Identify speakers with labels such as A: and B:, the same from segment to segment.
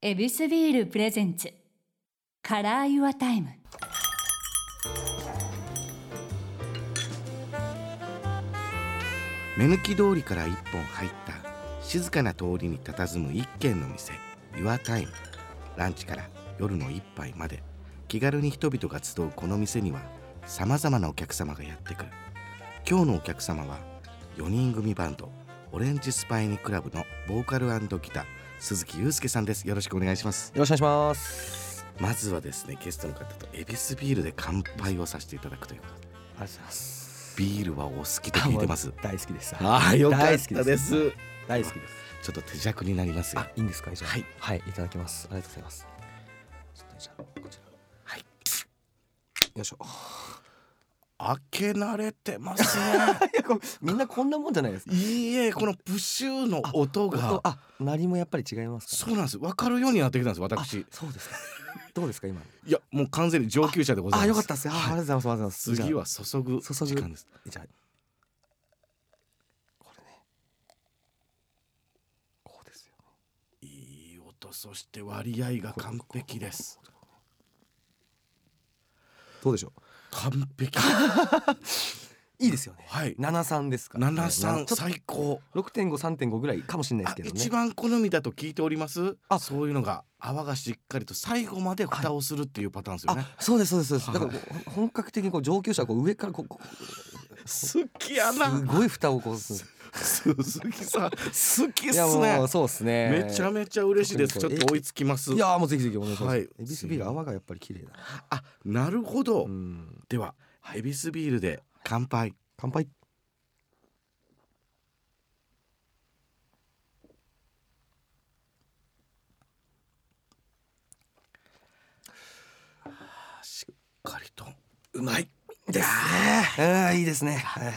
A: エビスビールプレゼンツカラーユアタイム
B: 目抜き通りから一本入った静かな通りに佇む一軒の店 YourTime ランチから夜の一杯まで気軽に人々が集うこの店にはさまざまなお客様がやってくる今日のお客様は4人組バンドオレンジスパイニクラブのボーカルギター鈴木祐介さんですよろしくお願いします
C: よろしくお願いします。
B: まずはですねゲストの方とエビスビールで乾杯をさせていただくということで
C: ありがとうございます。
B: ビールはお好きと聞いてます
C: 大好きです。
B: ああよかっ
C: 大好き
B: たです
C: 大好きです。
B: ちょっと手酌になりますよ
C: あ、いいんですか、じゃあ。
B: はい、
C: はい、いただきます。ありがとうございます。ちょっとじゃあ、こちら。
B: はい。
C: よいしょ。
B: 開け慣れてますね
C: いやこ みんなこんなもん じゃないですか。
B: いいえこのプシューの音が
C: 音あ、何もやっぱり違いますか。
B: そうなんです分かるようになってきたんです私
C: あそうですか。どうですか、今。
B: いやもう完全に上級者でございます
C: あ、よかったです。あ、ありがとうございます。ありがとうございます。
B: 次は注ぐ
C: 注ぐ
B: 時間です
C: じゃあ。じゃあこれね。こうですよ。
B: いい音そして割合が完璧です
C: どうでしょう。
B: 完 璧
C: いいですよね。
B: はい
C: 七三ですから、
B: 七三
C: ちょっと
B: 最高
C: 六点五三点五ぐらいかもしれないで
B: あ
C: すけどね。
B: 一番好みだと聞いております
C: あ
B: そういうのが泡がしっかりと最後まで蓋をするっていうパターンですよね、
C: あ、そうですそうですそうです。
B: はい
C: だからこうほん本格的にこう上級者はこう上からこうこ
B: 好き
C: う
B: やな
C: すごい蓋をこうする。
B: 鈴 木さん好きっ
C: いや
B: すね
C: もうそうですね。
B: めちゃめちゃ嬉しいですちょ
C: 特
B: っ
C: に
B: と追いつきます
C: いやもうぜひぜひお願いします。
B: はい
C: エビスビール泡がやっぱり綺麗だな。
B: あなるほど、
C: うん。
B: ではエビスビールで乾杯
C: 乾杯。
B: しっかりとうまい
C: ですね。ああいいですね。はいはい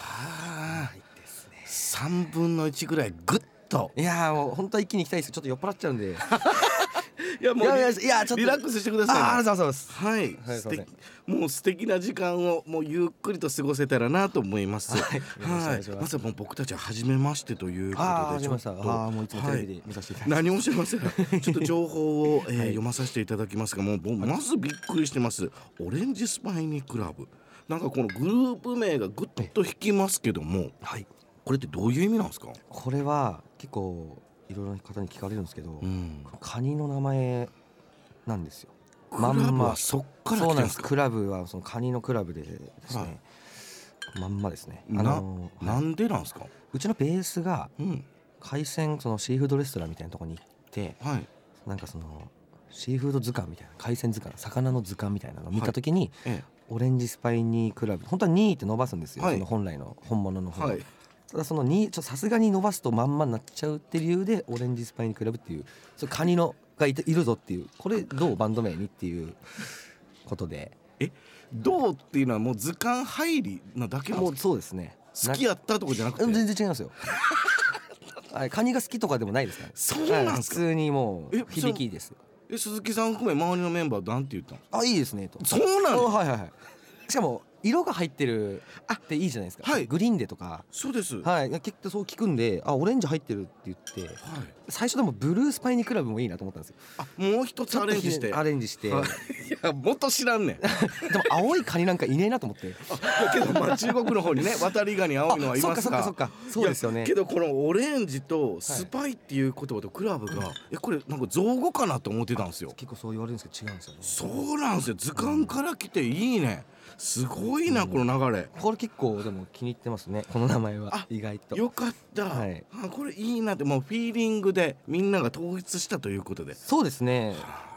B: あ
C: はいいいですね。
B: 3分の1ぐらいぐっと
C: いやもう本当は一気に行きたいです。ちょっと酔っ払っちゃうんで。
B: いや
C: いやいやいやちょっと
B: リラックスしてくださいね
C: あありがとうございます。
B: はい、
C: はい
B: 素
C: すいま
B: 敵もう素敵な時間をもうゆっくりと過ごせたらなと思います。
C: はいよろしくお願いします
B: まずはもう僕たちは初めましてということで、
C: ああ始めました。
B: ち
C: あ
B: ょっと
C: あーもういつもテレビで見させていただきます。
B: 何もしてませんちょっと情報を、えー読まさせていただきますがもうもうまずびっくりしてますオレンジスパイニークラブなんかこのグループ名がぐっと引きますけども
C: はい。
B: これってどういう意味なんですか、
C: これは結構いろいろな方に聞かれるんですけど、
B: うん、
C: カニの名前なんですよ。
B: クラ
C: まんま
B: ブはそっから来
C: そ
B: てる
C: うなん
B: ん
C: で。
B: ですすか
C: クラブはそのカニのクラブでですね。
B: はい
C: まんまですね。
B: な
C: ー
B: な
C: はい
B: んでなんですか、
C: うちのベースが
B: うん
C: 海鮮そのシーフードレストランみたいなところに行って、
B: はい
C: なんかそのシーフード図鑑みたいな海鮮図鑑、魚の図鑑みたいなのを見たときに、
B: え
C: オレンジスパイニークラブ、本当は2って伸ばすんですよ。
B: はい
C: その本来の本物の
B: え
C: 方。
B: はい、
C: ただその2ちょっとさすがに伸ばすとまんまになっちゃうっていう理由でオレンジスパイにクラブっていうそれカニのがいているぞっていうこれどうバンド名にっていうことで
B: どうっていうのはもう図鑑入りなだけなん
C: も
B: で
C: う
B: す
C: そうですね
B: か好きやったとかじゃなくて
C: な全然違い ますよあれカニが好きとかでもないですからね
B: そうなんですか
C: はい普通にも
B: え
C: う響きですよ
B: え鈴木さん含め周りのメンバーなんて言ったの
C: あいいですねと
B: そうな
C: あ
B: の
C: はいはいはいしかも色が入ってるっていいじゃないですか、
B: はい
C: グリーンでとか
B: そうですは
C: はい結構そう聞くんであオレンジ入ってるって言って
B: い
C: 最初でもブルースパイニークラブもいいなと思ったんですよ
B: あもう一つアレンジして
C: アレンジして、
B: はいいや元知らん ねんい
C: でも青いカニなんかいねえなと思って
B: やけどまあ中国の方にね渡りガニ青いのはい
C: そっ
B: ま
C: か
B: す
C: そっ
B: が
C: かそっかそうですよ
B: いや
C: ね
B: けどこのオレンジとスパイっていう言葉とクラブが、えこれなんか造語かなと思ってたんですよ
C: 結構そう言われるんですけど違うんですよね
B: そうなんですよ図鑑から来ていいねすごいなこの流れ
C: これ結構でも気に入ってますねこの名前
B: あ
C: は意外と
B: よかった、
C: はい
B: あこれいいなってもうフィーリングでみんなが統一したということで
C: そうですね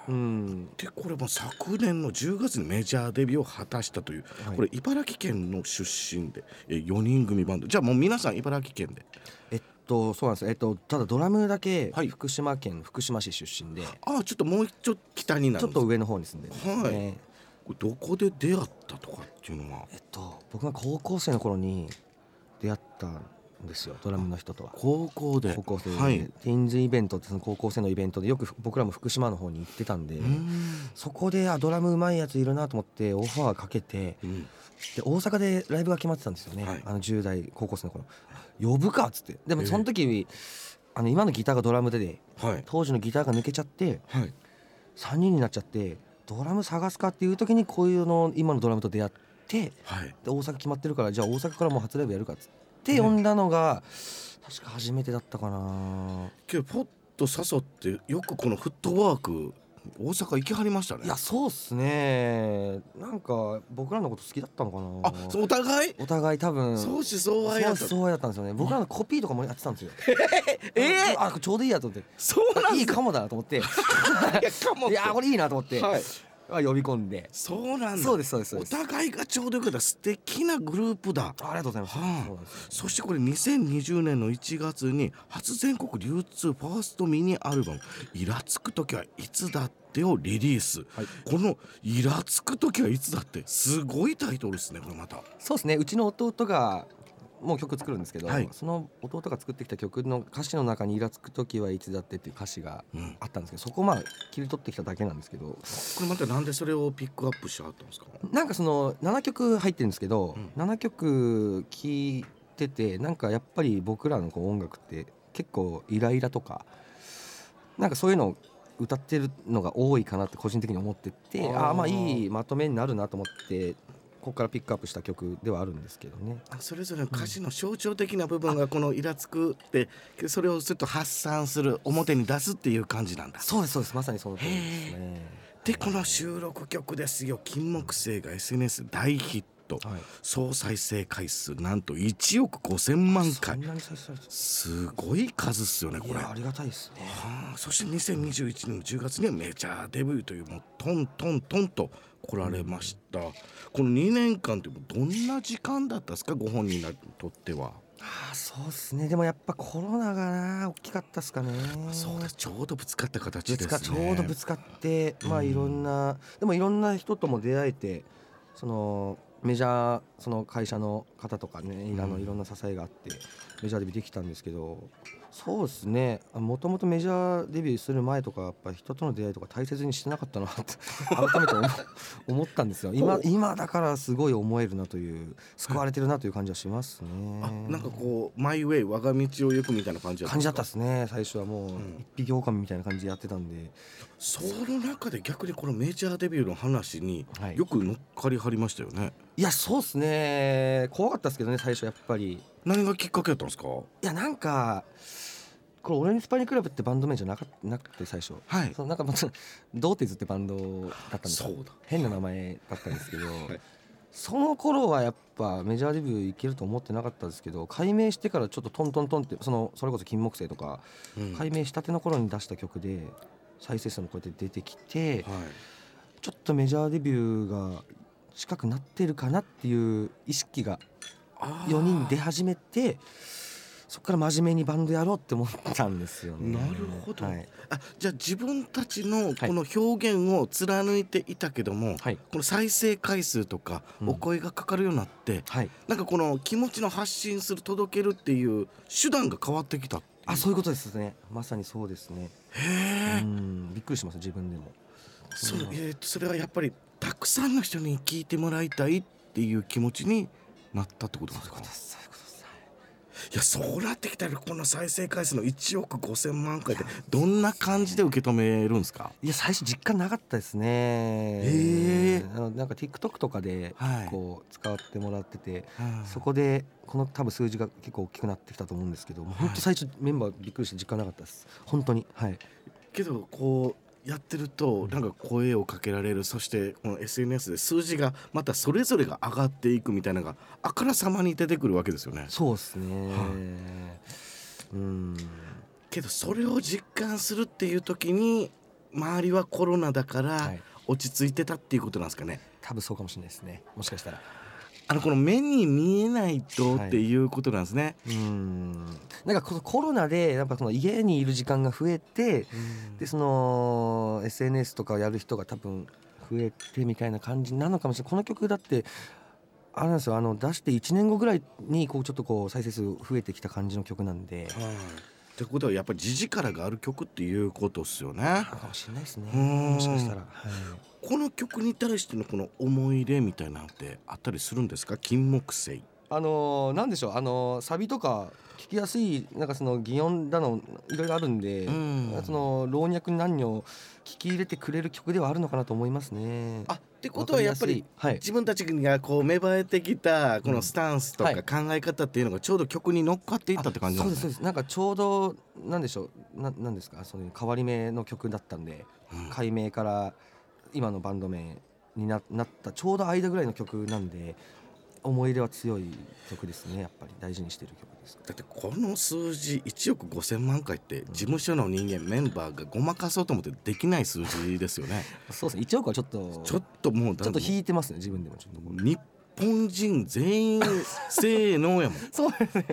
C: うん
B: でこれも昨年の10月にメジャーデビューを果たしたという、
C: はい
B: これ茨城県の出身でえ4人組バンドじゃあもう皆さん茨城県で
C: えっとそうなんですえっとただドラムだけ
B: はい
C: 福島県福島市出身で、
B: ああちょっともう一丁北にな
C: ち
B: るん
C: ょっ
B: です
C: と上の方に住んでるんですね、
B: はいこれどこで出会ったとかっていうのは
C: えっと僕が高校生の頃に出会ったんですよドラムの人とは
B: 高校で
C: 高校生で、
B: はい
C: ティーンズイベントってその高校生のイベントでよく僕らも福島の方に行ってたんで、
B: うーん
C: そこであドラムうまいやついるなと思ってオファーかけて
B: うん
C: で大阪でライブが決まってたんですよね、
B: はい
C: あの10代高校生の頃呼ぶかっつってでもその時、あの今のギターがドラムでで
B: はい
C: 当時のギターが抜けちゃって
B: はい
C: 3人になっちゃってドラム探すかっていう時にこういうの今のドラムと出会って
B: はい
C: で大阪決まってるからじゃあ大阪からもう初ライブやるかっつって呼んだのが確か初めてだったかな
B: けどポッと誘ってよくこのフットワーク大阪行きはりましたね
C: いやそうっすねなんか僕らのこと好きだったのか
B: あ
C: な
B: そうお互い
C: お互い多分
B: 相思相愛や
C: そう
B: った
C: そうやったんですよね僕らのコピーとかもやってたんですよ
B: えー
C: あちょうどいいやと思って
B: そうなん
C: い
B: で
C: い
B: す
C: かもだと思ってい
B: いやかもって
C: やーこれいいなと思って、
B: はい
C: あ呼び込んで
B: そうなんだ
C: そうですそうですそう
B: お
C: です
B: 互いがちょうどよかった素敵なグループだ
C: ありがとうございます、
B: はあ
C: そうなんですよ
B: そしてこれ2020年の1月に初全国流通ファーストミニアルバム「イラつく時はいつだって」をリリース、
C: はい
B: この「イラつく時はいつだって」すごいタイトルですねこれまた
C: そうですねうちの弟がもう曲作るんですけど、
B: はい
C: その弟が作ってきた曲の歌詞の中に「イラつく時はいつだって」っていう歌詞が
B: うん
C: あったんですけどそこをまあ切り取ってきただけなんですけど
B: これまたなんでそれをピックアップしちゃったんですか
C: なんかその7曲入ってるんですけど、
B: うん
C: 7曲聴いててなんかやっぱり僕らのこう音楽って結構イライラとかなんかそういうのを歌ってるのが多いかなって個人的に思ってて
B: あー
C: ああーまあいいまとめになるなと思ってここからピックアップした曲ではあるんですけどね。
B: あそれぞれの歌詞の象徴的な部分がこの「イラつく」ってそれをちょっと発散する表に出すっていう感じなんだ
C: そうですそうですまさにその通りですね。
B: でこの収録曲ですよ金木犀が SNS 大ヒット
C: はい、
B: 総再生回数なんと1億5,000万
C: そ
B: 回
C: んなに再生されて
B: すごい数っすよね
C: た
B: こ
C: い
B: れ
C: やありがたいですね。
B: はあそして2021年の10月にはメジャーデビューというもうトントントンと来られましたこの2年間ってどんな時間だったですかご本人にとっては
C: ああそうですねでもやっぱコロナがな大きかったですかね。
B: そうですちょうどぶつかった形
C: ぶ
B: で
C: つか
B: す
C: ちょうどぶ
B: ね
C: つかって、
B: う
C: まあ
B: ん
C: いろんなでもいろんな人とも出会えてそのメジャーその会社の方とかねあ
B: う
C: の
B: ん
C: いろんな支えがあってメジャーデビューできたんですけどそうですねもともとメジャーデビューする前とかやっぱ人との出会いとか大切にしてなかったなって 改めて思思ったんですよ
B: ほ
C: 今
B: う
C: 今だからすごい思えるなという救われてるなという感じはしますね
B: あなんかこうマイウェイ我が道を行くみたいな感じだった
C: 感じだった
B: ん
C: で
B: です
C: すね最初はもう
B: うん
C: 一匹狼みたいな感じでやってたんで、
B: かその中で逆にこのメジャーデビューの話に
C: はい
B: よく乗っかりはりましたよね
C: いやそうっすね怖かったですけどね最初やっぱり
B: 何がきっかけだったんですか
C: いやなんかこれオレンジスパニクラブってバンド名じゃなかなくて最初
B: はい
C: そのなんかまたドーティズってバンドだったんですよ
B: そうだ
C: 変な名前だったんですけど、
B: い
C: その頃はやっぱメジャーデビューいけると思ってなかったですけど改名してからちょっとトントントンってそのそれこそ金木犀とか
B: うん
C: 改名したての頃に出した曲で再生数もこうやって出てきて、
B: はい
C: ちょっとメジャーデビューが近くなってるかなっていう意識が
B: あー
C: 4人出始めてそこから真面目にバンドやろうって思ったんですよね。
B: なるほど
C: はい
B: あじゃあ自分たちのこの表現を貫いていたけども、
C: はい
B: この再生回数とか
C: うん
B: お声がかかるようになって、
C: はい、
B: なんかこの気持ちの発信する届けるっていう手段が変わってきたっていう
C: あそういうことですねまさにそうですね
B: へ
C: う
B: え、
C: んびっくりします自分でも
B: そう
C: うん
B: えーとそれはやっぱりたくさんの人に聞いてもらいたいっていう気持ちになったってことなんですか
C: そういうことです
B: いやそうなってきたらこの再生回数の1億5,000万回って どんな感じで受け止めるんですか
C: いや最初実感なかったですね
B: へえ
C: あのなんか TikTok とかで
B: はい
C: こう使ってもらってて、
B: はい
C: そこでこの多分数字が結構大きくなってきたと思うんですけど、もう本当最初メンバーびっくりして実感なかったです本当にはい
B: けどこうやってるとなんか声をかけられるそしてこの SNS で数字がまたそれぞれが上がっていくみたいなのがあからさまに出てくるわけですよね
C: そうですね、
B: は
C: うん
B: けどそれを実感するっていう時に周りはコロナだから
C: はい
B: 落ち着いてたっていうことなんですかね、
C: 多分そうかもしれないですねもしかしたら
B: あのこの目に見えないと
C: はい
B: っていうことなんですね、
C: うんなんかこのコロナでやっぱその家にいる時間が増えてでその SNS とかをやる人が多分増えてみたいな感じなのかもしれないこの曲だってあれなんですよあの出して1年後ぐらいにこうちょっとこう再生数増えてきた感じの曲なんで
B: はいってことはやっぱり地力がある曲っていうことですよね
C: かもしれないですね
B: うん
C: もしかしたら、はい
B: この曲に対してのこの思い入れみたいなのってあったりするんですか金木犀
C: あのーなんでしょうあのーサビとか聞きやすいなんかその擬音だのいろいろあるんで、
B: うん
C: その老若男女聞き入れてくれる曲ではあるのかなと思いますね。
B: あってことはやっぱり
C: わかやすい
B: 自分たちがこう芽生えてきたこのスタンスと
C: う
B: か
C: ん
B: 考え方っていうのがちょうど曲に乗っかってい
C: は
B: っ
C: い
B: たって感じなん
C: あ
B: で
C: そうです
B: す
C: そう
B: ね。
C: ですなんかちょうどなんでしょうななんですかそういう変わり目の曲だったんで
B: うん
C: 改名から今のバンド名にななったちょうど間ぐらいの曲なんで思い入れは強い曲ですねやっぱり大事にしてる曲です。
B: だってこの数字1億5,000万回って事務所の人間メンバーがごまかそうと思ってできない数字ですよね。
C: そうですね一億はちょっと
B: ちょっともうだ
C: ちょっと引いてますね自分でもちょっとこれ
B: 日本人全員せーのやもん
C: そうですね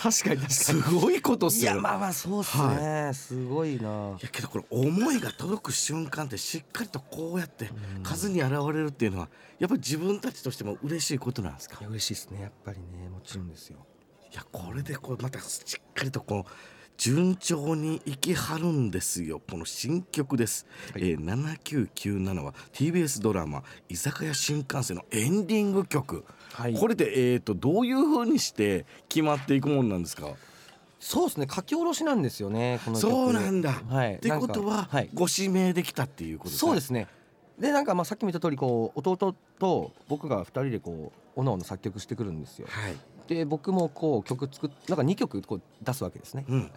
C: 確かに確か
B: すごいことっ
C: にい
B: すよ。
C: やまあまあそうっすね、すごいない
B: やけどこれ思いが届く瞬間ってしっかりとこうやって
C: うん
B: 数に現れるっていうのはやっぱり自分たちとしても嬉しいことなんですか
C: いや嬉しいですねやっぱりねもちろんですよ
B: いやこれでこうまたしっかりとこう順調にいきはるんですよこの新曲です、
C: はい
B: えー7997は TBS ドラマ「居酒屋新幹線」のエンディング曲、
C: はい
B: これで、えー、とどういうふうにして決まっていくもんなんですか
C: そうですね書き下ろしなんですよねこの曲
B: そうなんだ、
C: はい
B: ってこと
C: なん
B: は、
C: かはい
B: ご指名できたっていうこと
C: そうですすねでなんかまあさっきも言った通りこう弟と僕が二人でこうおのおの作曲してくるんですよ
B: ねはい、
C: で僕もこう曲作っなんか二曲こう出すわけですね
B: うん、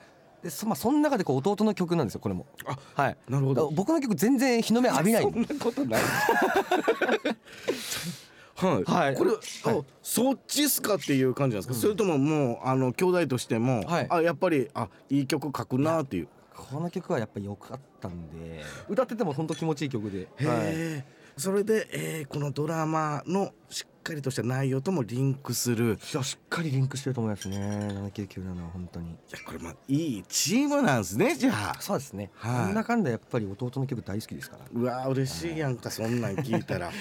C: でそ,、まあ、その中でこう弟の曲なんですよこれも
B: あ
C: はい
B: なるほ
C: だから
B: ど
C: 僕の曲全然日の目浴びないんで
B: そんなことない はい、
C: はい
B: これ、
C: はい
B: あそっちっすかっていう感じなんですか、
C: うん
B: それとももうあの兄弟としても、
C: はい
B: あやっぱりあいい曲書くなっていう
C: この曲はやっぱり良かったんで歌ってても本当気持ちいい曲で、
B: へえ、それで、えーこのドラマのしっかりとした内容ともリンクする
C: いやしっかりリンクしてると思いますね7997は本当に
B: いやこれまあいいチームなんですねじゃあ
C: そうですね、
B: はい
C: なんだかんだやっぱり弟の曲大好きですから
B: うわー嬉しいやんかそんなん聞いたら